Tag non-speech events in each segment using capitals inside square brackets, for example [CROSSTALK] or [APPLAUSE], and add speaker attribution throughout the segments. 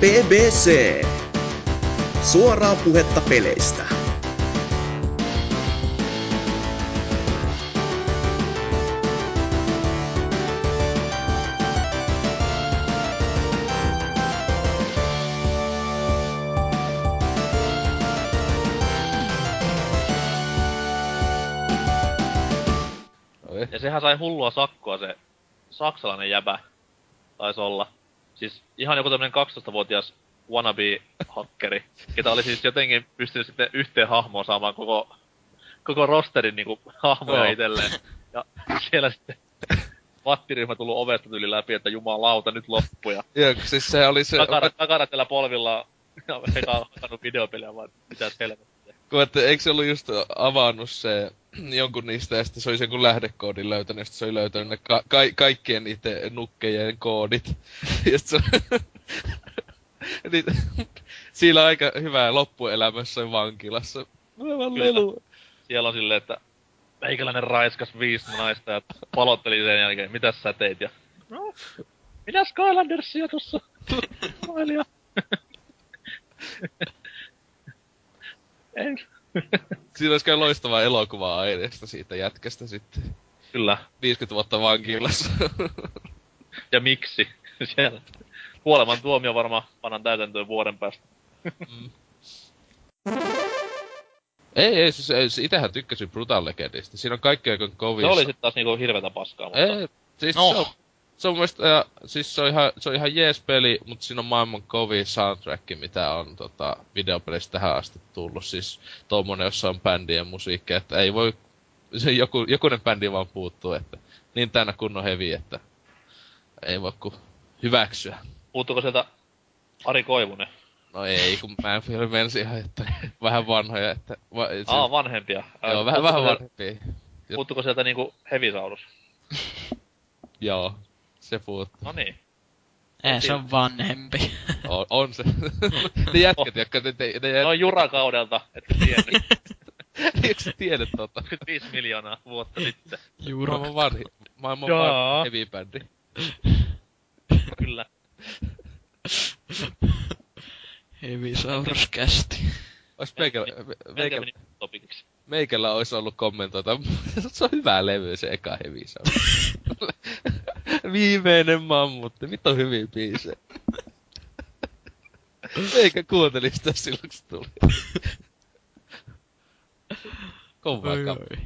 Speaker 1: BBC. Suoraa puhetta peleistä.
Speaker 2: Oi.
Speaker 3: Ja sehän sai hullua sakkoa se saksalainen jäbä. Taisi olla. Siis ihan joku tämmönen 12-vuotias wannabe-hakkeri, ketä oli siis jotenkin pystynyt sitten yhteen hahmoon saamaan koko, koko rosterin niinku hahmoja
Speaker 2: Joo.
Speaker 3: itselleen. Ja siellä sitten vattiryhmä tullut ovesta yli läpi, että jumalauta nyt loppu ja
Speaker 2: Ja siis se oli se,
Speaker 3: takara, takara tällä polvilla ja [LAUGHS] eikä ole hakannut videopelejä vaan mitäs helvettiä.
Speaker 2: kun että eikö se ollut just avannut se [CLEARS THROAT] jonkun niistä ja sitten se oli sen kun lähdekoodin löytänyt, ja sitten se oli löytänyt ne ka- ka- kaikkien niiden nukkejen koodit. [LAUGHS] ja sit se niin, [LAUGHS] sillä on aika hyvää loppuelämässä vankilassa. Mä vaan
Speaker 3: Kyllä.
Speaker 2: lelu.
Speaker 3: Siellä on silleen, että meikäläinen raiskas viisi naista ja palotteli sen jälkeen, mitä sä teit ja... No, minä Skylandersia tuossa mailin ja... [LAUGHS] En.
Speaker 2: Siinä olisi kyllä loistavaa elokuvaa aineesta siitä jätkästä sitten.
Speaker 3: Kyllä.
Speaker 2: 50 vuotta vankilassa. [LAUGHS]
Speaker 3: Ja miksi? [LAUGHS] Siellä. Kuoleman tuomio varmaan panan täytäntöön vuoden päästä.
Speaker 2: ei, ei, siis, ei, siis itähän tykkäsin Brutal Legendistä. Siinä on kaikkea kuin
Speaker 3: Se
Speaker 2: kovissa.
Speaker 3: oli sitten taas niinku hirvetä paskaa, mutta...
Speaker 2: Ei, siis
Speaker 4: No.
Speaker 2: se on, se on mun mielestä, ja, siis se on ihan, se on ihan jees peli, mut siinä on maailman kovin soundtrack, mitä on tota, videopelissä tähän asti tullut. Siis tommonen, jossa on bändien musiikkia, että ei voi, se joku, jokunen bändi vaan puuttuu, että niin täynnä kunnon hevi, että ei voi ku hyväksyä.
Speaker 3: Puuttuuko sieltä Ari Koivunen?
Speaker 2: No ei, kun mä en mensi ihan, että vähän vanhoja, että... Va, se,
Speaker 3: Aa, vanhempia. Ää,
Speaker 2: joo, vähän, vähän
Speaker 3: puuttuuko sieltä-
Speaker 2: vanhempi. Jot-
Speaker 3: Puuttuuko sieltä niinku hevisaurus?
Speaker 2: Joo, se puuttuu.
Speaker 3: No niin.
Speaker 4: Ei, se on vanhempi.
Speaker 2: On, on se. [LAUGHS] ne jätkät, jotka te, te, te,
Speaker 3: No jurakaudelta, etkö
Speaker 2: [LAUGHS]
Speaker 3: tiennyt.
Speaker 4: [LAUGHS]
Speaker 2: Eikö sä tiedä tota?
Speaker 3: 25 miljoonaa vuotta sitten,
Speaker 4: Juuro.
Speaker 2: Maailman vanhi, maailman
Speaker 3: Jaa.
Speaker 2: vanhi heavy bändi.
Speaker 3: kyllä.
Speaker 4: Hevisaurus kästi.
Speaker 2: Ois
Speaker 3: Mä
Speaker 2: meikällä,
Speaker 3: en tiedä,
Speaker 2: meikällä,
Speaker 3: meni topikiksi.
Speaker 2: meikällä ois ollut kommentoita. [LAUGHS] se on hyvä levy se eka heavy sound. Viimeinen mammutti, vittu hyviä biisejä. Eikä kuunteli sitä silloin, kun se tuli. Kovaa
Speaker 4: Oi,
Speaker 2: kappa.
Speaker 4: oi.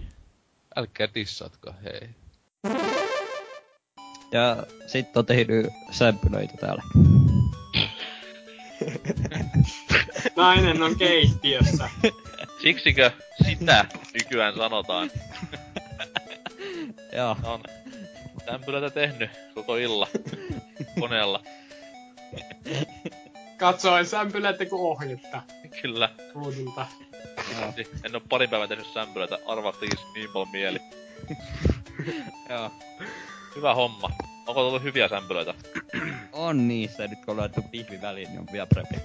Speaker 2: Älkää dissatko, hei.
Speaker 5: Ja sit on tehnyt sämpylöitä täällä.
Speaker 6: Nainen on keittiössä.
Speaker 3: Siksikö sitä nykyään sanotaan?
Speaker 5: Joo.
Speaker 3: Mä on tämpylöitä tehnyt koko illa koneella.
Speaker 6: [LAUGHS] Katsoin sämpylöitä kuin ohjetta
Speaker 3: Kyllä.
Speaker 6: ruudulta.
Speaker 3: En oo parin päivän tehnyt sämpylöitä, arvaa tekis niin paljon mieli.
Speaker 5: Joo.
Speaker 3: Hyvä homma. Onko tullut hyviä sämpylöitä?
Speaker 5: On niissä, nyt kun on laittu pihvi väliin, niin on vielä prepi.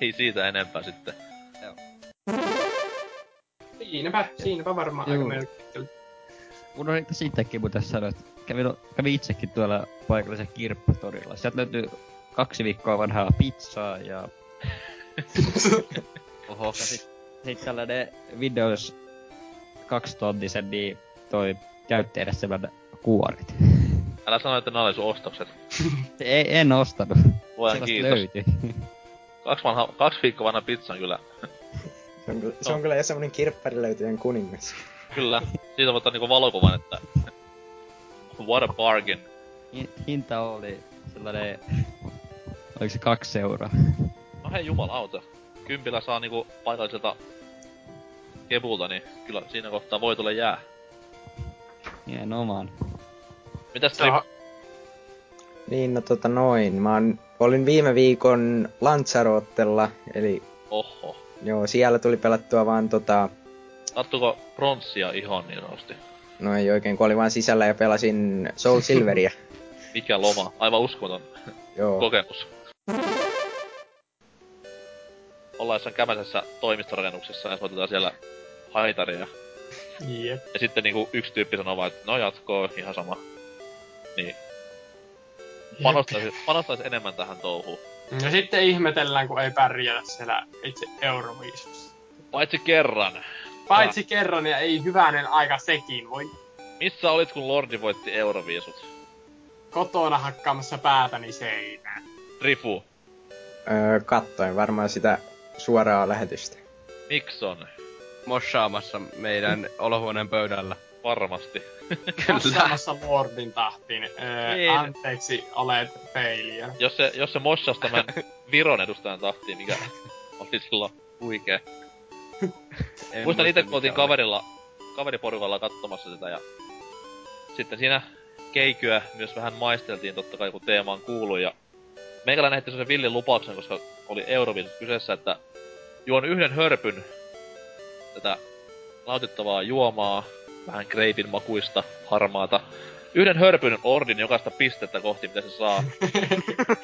Speaker 3: Ei siitä enempää sitten.
Speaker 6: Siinäpä, siinäpä varmaan aika
Speaker 5: Juu.
Speaker 6: melkein.
Speaker 5: Unohdin tässä itsekin muuten sanoa, että kävin, kävin itsekin tuolla paikallisen kirppatorilla. Sieltä löytyy kaksi viikkoa vanhaa pizzaa ja
Speaker 2: Oho.
Speaker 5: sitten tällainen Windows 2 tonnisen, niin toi käytti edes semmoinen kuorit. [LAUGHS]
Speaker 3: Älä sano, että nää oli sun ostokset.
Speaker 5: Ei, en ostanut.
Speaker 3: Luojan
Speaker 5: Sellaista
Speaker 3: kiitos.
Speaker 5: löytyi. [LAUGHS]
Speaker 3: Kaksi, vanha, kaksi viikkoa vanha pizza on kyllä.
Speaker 7: Se on, ky- se on kyllä jo semmonen kirppärilöytöjen kuningas.
Speaker 3: Kyllä. Siitä voi ottaa niinku valokuvan, että... What a bargain.
Speaker 5: Hin- Hinta oli sellainen... Oliko se kaksi euroa?
Speaker 3: No hei jumalauta. Kympillä saa niinku paikalliselta kebulta, niin kyllä siinä kohtaa voi tulla jää.
Speaker 5: Hienomaan.
Speaker 3: Mitäs
Speaker 6: Se on
Speaker 3: Trip?
Speaker 7: Niin, no tota noin. Mä on, olin viime viikon Lanzarotella, eli
Speaker 3: Oho.
Speaker 7: joo, siellä tuli pelattua vaan tota...
Speaker 3: Sattuko pronssia ihon niin sanotusti?
Speaker 7: No ei oikein, kun olin vaan sisällä ja pelasin Soul Silveria.
Speaker 3: Mikä loma? Aivan uskomaton
Speaker 7: joo.
Speaker 3: kokemus. Ollaan jossain kämäisessä toimistorakennuksessa ja soitetaan siellä haitaria.
Speaker 6: jep.
Speaker 3: Ja sitten niinku yksi tyyppi sanoo vaan, että no jatkoa, ihan sama. Niin. panostaisi, panostaisi enemmän tähän touhuun.
Speaker 6: Ja sitten ihmetellään, kun ei pärjää siellä itse Euroviisussa.
Speaker 3: Paitsi kerran.
Speaker 6: Paitsi kerran ja ei hyvänen aika sekin. Voi
Speaker 3: Missä olit, kun Lordi voitti Euroviisut?
Speaker 6: kotona hakkaamassa niin päätäni seinään.
Speaker 3: Rifu,
Speaker 7: Öö, kattoin varmaan sitä suoraa lähetystä.
Speaker 3: Nixon,
Speaker 8: mossaamassa meidän olohuoneen pöydällä.
Speaker 3: varmasti.
Speaker 6: Kassamassa Lordin tahtiin. Öö,
Speaker 8: Niin.
Speaker 6: anteeksi, olet failure.
Speaker 3: Jos se, jos se mossasi tämän Viron edustajan tahtiin, mikä [LAUGHS] oli silloin huikea.
Speaker 8: En
Speaker 3: Muistan itse, kun
Speaker 8: mikä
Speaker 3: oltiin
Speaker 8: oli.
Speaker 3: kaverilla, kaveriporukalla katsomassa sitä ja sitten siinä keikyä myös vähän maisteltiin totta kai, kun teemaan kuului ja meikäläinen heitti sen villin lupauksen, koska oli Euroviisut kyseessä, että juon yhden hörpyn tätä nautittavaa juomaa, vähän kreipin makuista, harmaata. Yhden hörpyn ordin jokaista pistettä kohti, mitä se saa.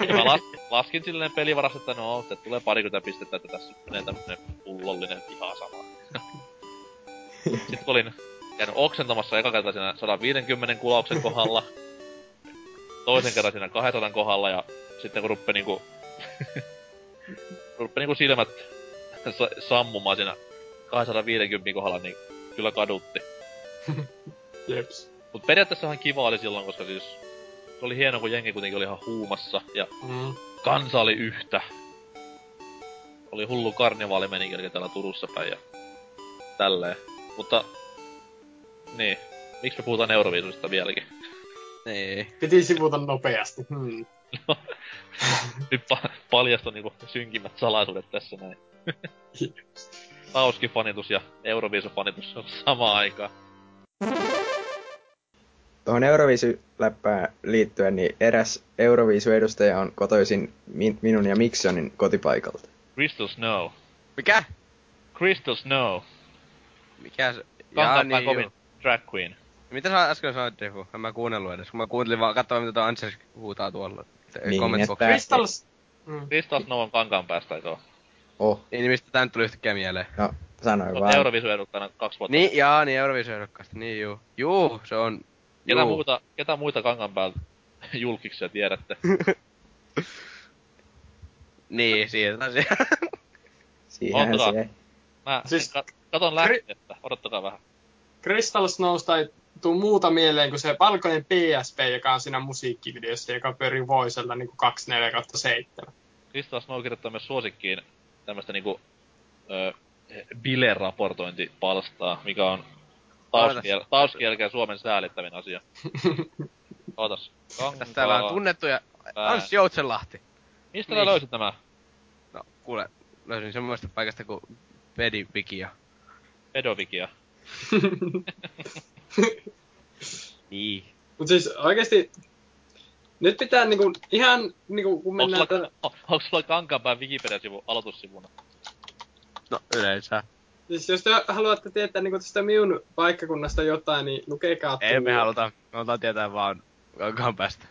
Speaker 3: ja mä las, laskin silleen pelivarassa, että no, että tulee parikymmentä pistettä, että tässä menee tämmönen pullollinen ihan sama. Sitten kun olin käynyt oksentamassa eka kertaa siinä 150 kulauksen kohdalla, toisen kerran siinä 200 kohdalla ja sitten kun ruppe niinku... [LAUGHS] ruppe niinku silmät sa- sammumaan siinä 250 kohdalla, niin kyllä kadutti.
Speaker 6: Jeps.
Speaker 3: Mut periaatteessahan kiva oli silloin, koska siis se oli hieno, kun jengi kuitenkin oli ihan huumassa ja
Speaker 6: Mm.
Speaker 3: kansa oli yhtä. Oli hullu karnevaali meni eli täällä Turussa päin ja tälleen. Mutta, niin, miksi me puhutaan Euroviisusta vieläkin?
Speaker 8: Niin.
Speaker 6: Piti sivuta nopeasti. Hmm.
Speaker 3: Nyt pa- paljastui niinku synkimmät salaisuudet tässä näin. Tauskifanitus ja Euroviisufanitus on samaan aikaan.
Speaker 7: Tuohon Euroviisuläppään liittyen, niin eräs Euroviisu-edustaja on kotoisin min- minun ja Miksonin kotipaikalta.
Speaker 3: Crystal Snow.
Speaker 8: Mikä?
Speaker 3: Crystal Snow.
Speaker 8: Mikä se? Jaa,
Speaker 3: Kankaanpää
Speaker 8: niin,
Speaker 3: kovin
Speaker 8: juu.
Speaker 3: drag queen.
Speaker 8: Mitä sä äsken sanoit, Rehu? En mä kuunnellut edes, kun mä kuuntelin vaan katsoa, mitä tää Ansers huutaa tuolla.
Speaker 7: Niin,
Speaker 8: Niin, comment
Speaker 7: että-
Speaker 8: box.
Speaker 6: Crystals... Mm.
Speaker 3: Crystal Snow on Kankaanpäästä, eikö? oo?
Speaker 7: Oh,
Speaker 8: Niin, mistä tää nyt tuli yhtäkkiä mieleen?
Speaker 7: no sanoin
Speaker 3: Olet
Speaker 7: vaan.
Speaker 3: Euroviisun edustajana kaksi vuotta.
Speaker 8: Niin, jaa, niin Eurovision-ehdokkaasta, niin juu. Juu, se on...
Speaker 3: Ketä
Speaker 8: juu.
Speaker 3: muuta, ketä muita Kankaanpäältä [LAUGHS] julkiksia tiedätte?
Speaker 8: Niin, [LAUGHS] siirrytään siihen.
Speaker 7: Siihen
Speaker 3: Ottakaa.
Speaker 7: se ei.
Speaker 3: Mä
Speaker 6: Siis-
Speaker 3: siis... katon lähteestä, odottakaa vähän.
Speaker 6: Crystal Snowsta ei tuu muuta mieleen kuin se valkoinen PSP, joka on siinä musiikkivideossa, joka pyörii Voisella niin 24-7.
Speaker 3: Krista Snow kirjoittaa myös suosikkiin tämmöstä niinku ö, bile-raportointipalstaa, mikä on tauskiel- tauskielkeen Suomen säälittävin asia. Ootas.
Speaker 8: Tässä täällä on tunnettuja... Anssi Joutsenlahti.
Speaker 3: Mistä niin.
Speaker 8: Niin.
Speaker 3: löysit nämä
Speaker 8: No, kuule, löysin semmoista paikasta kuin Pedipikia.
Speaker 3: pedovikia?
Speaker 8: Niin.
Speaker 6: Mut siis oikeesti... Nyt pitää niinku ihan niinku kun
Speaker 3: Onko
Speaker 6: mennään...
Speaker 3: sulla,
Speaker 6: Tälle,
Speaker 3: on, onko sulla Kankaanpään Wikipedia-sivu aloitussivuna?
Speaker 8: No, yleensä.
Speaker 6: siis jos te haluatte tietää niinku tästä minun paikkakunnasta jotain, niin lukekaa
Speaker 8: Ei, me
Speaker 6: tuo.
Speaker 8: halutaan, me halutaan tietää vaan kankaan päästä.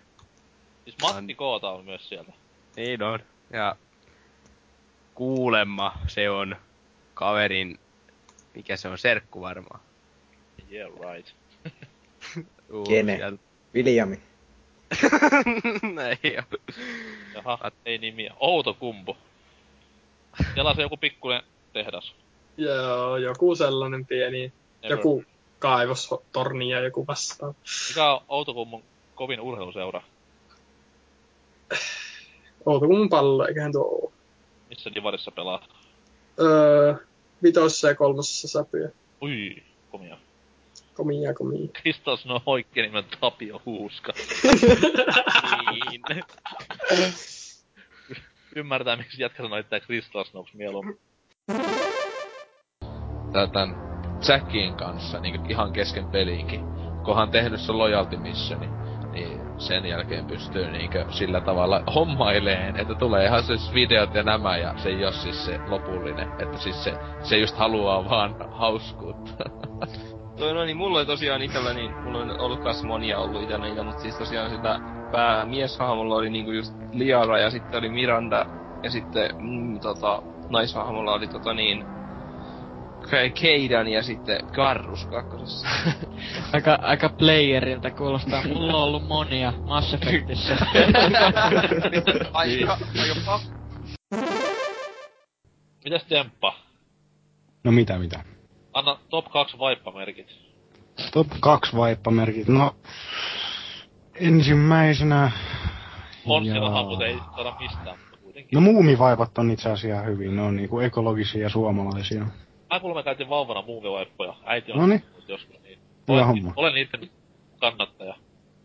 Speaker 3: Siis Matti Koota on myös sieltä.
Speaker 8: Niin on. Ja kuulemma se on kaverin, mikä se on, serkku varmaan.
Speaker 3: Yeah right.
Speaker 8: Juu,
Speaker 7: Kene?
Speaker 8: sieltä-
Speaker 7: Viljami.
Speaker 8: Ei oo.
Speaker 3: Jaha, ei nimiä. Outokumpu. Siellä on se joku pikkuinen tehdas.
Speaker 6: Joo, joku sellainen pieni... Joku kaivostorni ja joku vastaava.
Speaker 3: Mikä on Outokummun kovin urheiluseura?
Speaker 6: Outo kun pallo, eiköhän tuo oo.
Speaker 3: Missä Divarissa pelaa?
Speaker 6: Öö, vitossa ja kolmosessa säpyä.
Speaker 3: Ui, komia.
Speaker 6: Komia, komia.
Speaker 3: Kristas no oikein nimen Tapio Huuska.
Speaker 8: niin.
Speaker 3: Ymmärtää, miksi jätkä sanoi, että Kristas nousi mieluummin.
Speaker 2: tää tän Jackin kanssa niinku ihan kesken peliinkin. Kohan tehnyt se loyalty missioni, niin sen jälkeen pystyy niinkö sillä tavalla hommaileen, että tulee ihan siis videot ja nämä ja se ei oo siis se lopullinen, että siis se, se just haluaa vaan hauskuutta.
Speaker 9: Toi no niin, mulla oli tosiaan itellä niin, mulla on ollut kas monia ollut itellä niitä, mut siis tosiaan sitä päämieshahmolla oli niinku just Liara ja sitten oli Miranda ja sitten mm, tota, naishahmolla oli tota niin, K- Keidan ja sitten Garrus kakkosessa.
Speaker 4: Aika, aika playerilta kuulostaa. Mulla on ollut monia Mass Effectissä.
Speaker 9: Aika, aika
Speaker 3: Mitäs Temppa?
Speaker 10: No mitä mitä?
Speaker 3: Anna top 2 vaippamerkit.
Speaker 10: Top 2 vaippamerkit. No, ensimmäisenä...
Speaker 3: On siellä haput, ei saada mistään, mutta kuitenkin.
Speaker 10: No muumivaipat on itse asiassa hyvin, ne on niinku ekologisia ja suomalaisia.
Speaker 3: Mä kuulemma käytin vauvana muumivaippoja. Äiti on
Speaker 10: Noniin.
Speaker 3: ollut joskus niin.
Speaker 10: Hyvä
Speaker 3: Olen,
Speaker 10: homma.
Speaker 3: olen niitten kannattaja.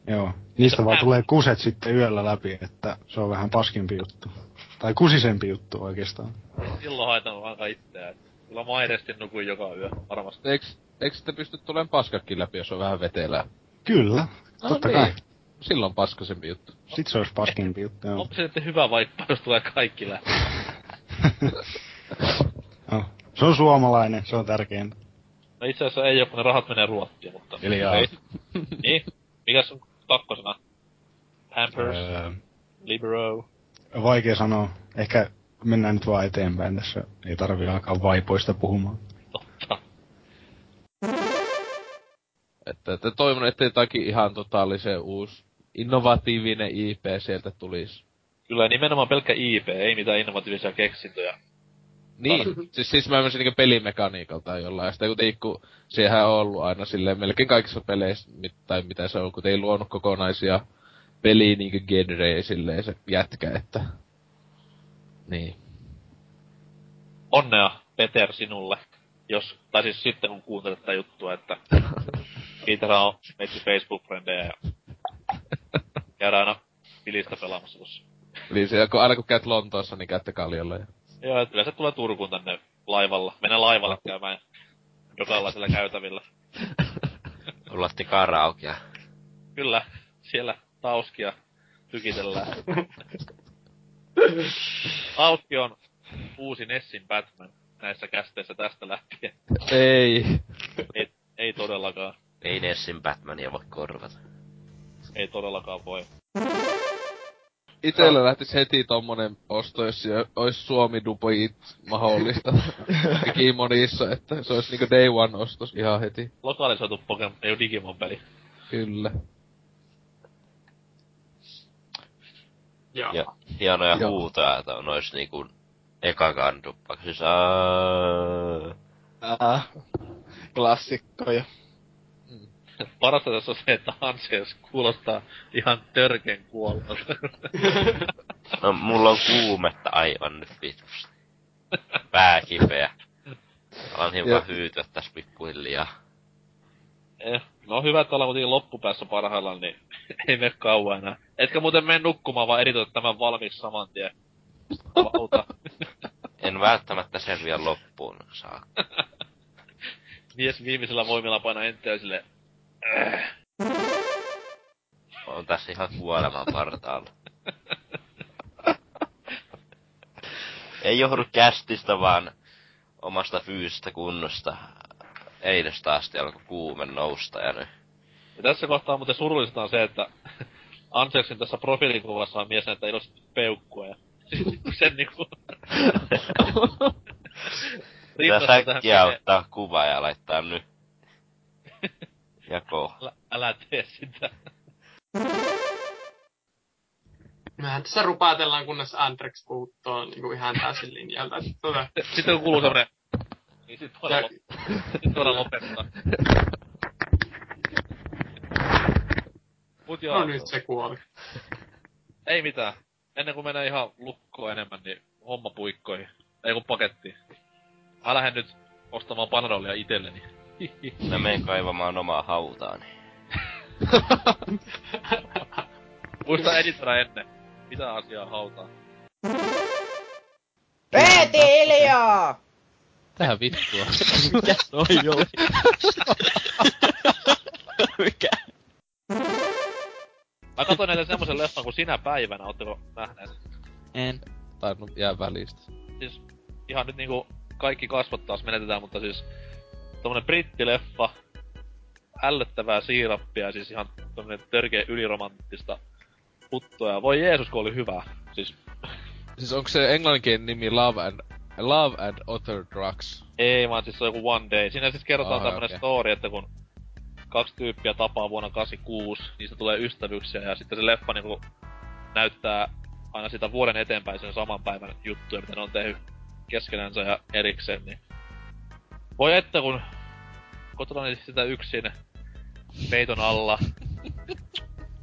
Speaker 10: Joo. Niistä vaan
Speaker 3: mä-
Speaker 10: tulee kuset sitten yöllä läpi, että se on vähän paskimpi juttu. Tai kusisempi juttu oikeastaan.
Speaker 3: Silloin haetaan aika itseä. et Kyllä mä edesti nukuin joka yö, varmasti.
Speaker 2: Eiks, eiks sitä pysty tulemaan paskakin läpi, jos on vähän vetelää?
Speaker 10: Kyllä,
Speaker 2: No
Speaker 10: totta
Speaker 2: niin.
Speaker 10: kai.
Speaker 2: Silloin paskasempi juttu.
Speaker 10: Sitten se olisi paskimpi juttu, joo.
Speaker 3: Onko se sitten hyvä vaippa, jos tulee kaikki läpi?
Speaker 10: joo. Se on suomalainen, se on tärkeintä.
Speaker 3: No itse asiassa ei oo, kun ne rahat menee Ruottiin, mutta...
Speaker 10: Eli äh, jaa.
Speaker 3: ei. niin. Mikäs on kakkosena? Pampers,
Speaker 10: Öö,
Speaker 3: Libero.
Speaker 10: vaikea sanoa. Ehkä mennään nyt vaan eteenpäin tässä. Ei tarvi alkaa vaipoista puhumaan.
Speaker 3: Totta.
Speaker 2: Että, että toivon, että jotakin ihan totaalisen uusi innovatiivinen IP sieltä tulisi.
Speaker 3: Kyllä nimenomaan pelkkä IP, ei mitään innovatiivisia keksintöjä.
Speaker 2: Niin, [LAUGHS] siis, siis mä menisin niinku pelimekaniikalta tai jollain. Sitä kuitenkin, kun sehän on ollut aina silleen melkein kaikissa peleissä, mit, tai mitä se on, kun ei luonut kokonaisia peliä niinku genrejä silleen se jätkä, että... Niin.
Speaker 3: Onnea, Peter, sinulle. Jos, tai siis sitten kun kuuntelet tätä juttua, että Petra on meitsi Facebook-frendejä ja käydään aina pilistä pelaamassa tuossa.
Speaker 2: Eli Niin se, kun, aina kun käyt Lontoossa, niin käytte kaljolla. Ja...
Speaker 3: Ja et yleensä tulee Turkuun tänne laivalla. Mennään laivalla käymään jokaisella käytävillä.
Speaker 11: Kuulosti karaokea.
Speaker 3: Kyllä, siellä tauskia tykitellään. Tauski on uusi Nessin Batman näissä kästeissä tästä lähtien.
Speaker 2: Ei.
Speaker 3: Ei, ei todellakaan,
Speaker 11: Ei Nessin Batmania voi korvata.
Speaker 3: ei todellakaan voi.
Speaker 2: Itellä lähtis heti tommonen osto, jos siellä ois suomi dupojit mahdollista. Digimonissa, että se olisi niinku day one ostos ihan heti.
Speaker 3: Lokalisoitu Pokemon, ei ole Digimon-peli.
Speaker 2: Kyllä.
Speaker 6: Joo.
Speaker 11: Ja hienoja
Speaker 2: Joo.
Speaker 11: huutoja, että nois niinku eka kanduppa. Siis aa,
Speaker 12: Äh, klassikkoja.
Speaker 3: Parasta tässä on se, että Hansias kuulostaa ihan törken kuollelta.
Speaker 11: No mulla on kuumetta aivan nyt vitusti. Pää kipeä. Alan
Speaker 2: Joo.
Speaker 11: hiukan hyytyä tässä pikkuhiljaa.
Speaker 3: [LAUGHS] Eh, no hyvä, että ollaan kuitenkin loppupäässä parhaillaan, niin [LAUGHS] ei mene kauan enää. Etkä muuten mene nukkumaan, vaan editoit tämän valmiiksi saman tien. Vauta.
Speaker 11: En välttämättä selviä loppuun saakka.
Speaker 3: Mies viimeisellä voimilla painaa enttejä sille. Äh.
Speaker 11: On tässä ihan kuoleman partaalla. Ei johdu kästistä, vaan omasta fyysisestä kunnosta. Eilestä asti alkoi kuume nousta ja nyt.
Speaker 3: Ja tässä kohtaa muuten surullista on se, että [LAUGHS] Anseksin tässä profiilikuvassa on mies näyttää iloisesti peukkua ja [LAUGHS] sen niinku...
Speaker 11: [LAUGHS] Pitää
Speaker 3: Rinnastaa tähän
Speaker 11: säkkiä
Speaker 3: menee.
Speaker 11: ottaa kuva ja
Speaker 3: [LAUGHS]
Speaker 11: laittaa nyt. Jako.
Speaker 3: Älä, älä tee sitä. [LAUGHS]
Speaker 6: Mehän tässä rupaatellaan, kunnes Andrex puuttoo niinku ihan täysin linjalta. että Tota,
Speaker 3: Sitten kun kuuluu semmonen... Niin sit voidaan,
Speaker 6: Ja-
Speaker 3: lop- sit voidaan
Speaker 11: [LAUGHS]
Speaker 3: lopettaa. Mut joo,
Speaker 6: no nyt se kuoli.
Speaker 3: ei mitään. Ennen kuin menee ihan lukkoon enemmän, niin homma puikkoihin. Ei kun pakettiin. Mä lähden nyt ostamaan panadolia itelleni.
Speaker 11: Mä menen kaivamaan omaa hautaani.
Speaker 3: [LAUGHS] Muista editoida ennen. Mitä asiaa hautaa?
Speaker 13: Peeti hiljaa!
Speaker 2: Tähän vittua.
Speaker 4: Mikä toi oli? Mikä?
Speaker 3: Mä katsoin näitä semmoisen leffan kuin sinä päivänä, ootteko nähneet?
Speaker 4: En.
Speaker 2: Tainnut jää välistä.
Speaker 3: Siis ihan nyt niinku kaikki kasvot taas menetetään, mutta siis tommonen brittileffa, ällöttävää siirappia, siis ihan tommonen törkeä yliromanttista huttua. Ja voi Jeesus, kun oli hyvä. Siis
Speaker 2: Siis onko se englanninkielinen nimi Love and Love and Other Drugs.
Speaker 3: Ei vaan siis se on joku One Day. Siinä siis kerrotaan
Speaker 2: Aha,
Speaker 3: tämmönen
Speaker 2: okei.
Speaker 3: story, että kun kaksi tyyppiä tapaa vuonna 86, niistä tulee ystävyyksiä ja sitten se leffa niinku näyttää aina sitä vuoden eteenpäin sen saman päivän juttuja, mitä ne on tehnyt keskenänsä ja erikseen, niin voi että kun kotona niin sitä yksin peiton
Speaker 2: [LAUGHS]
Speaker 3: alla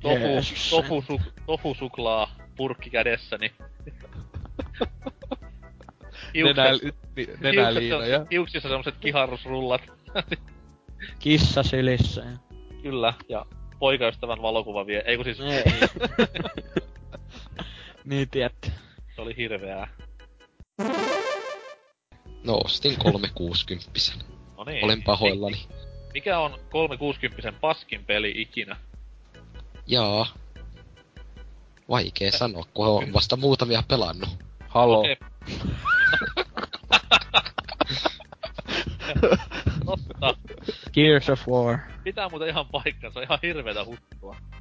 Speaker 3: tofu,
Speaker 14: Jeesus.
Speaker 3: tofu, su, tofu suklaa purkki kädessä, niin
Speaker 2: Nenäli- ni- nenäliinoja.
Speaker 3: Hiuksissa semmoset kiharrusrullat.
Speaker 4: Kissa sylissä. ja-
Speaker 3: Kyllä, ja poikaystävän valokuva vie. Ei kun siis...
Speaker 4: Ei. [LAUGHS] Niin tiedät.
Speaker 3: Se oli hirveää.
Speaker 15: No, ostin 360
Speaker 3: No niin.
Speaker 15: Olen pahoillani.
Speaker 3: Mikä on 360 paskin peli ikinä?
Speaker 15: Jaa. Vaikea sanoa, kun on vasta muutamia pelannut.
Speaker 2: Halo.
Speaker 3: Okei. Totta.
Speaker 4: Gears of War.
Speaker 3: Pitää muuten ihan paikkansa, ihan hirveetä huttua.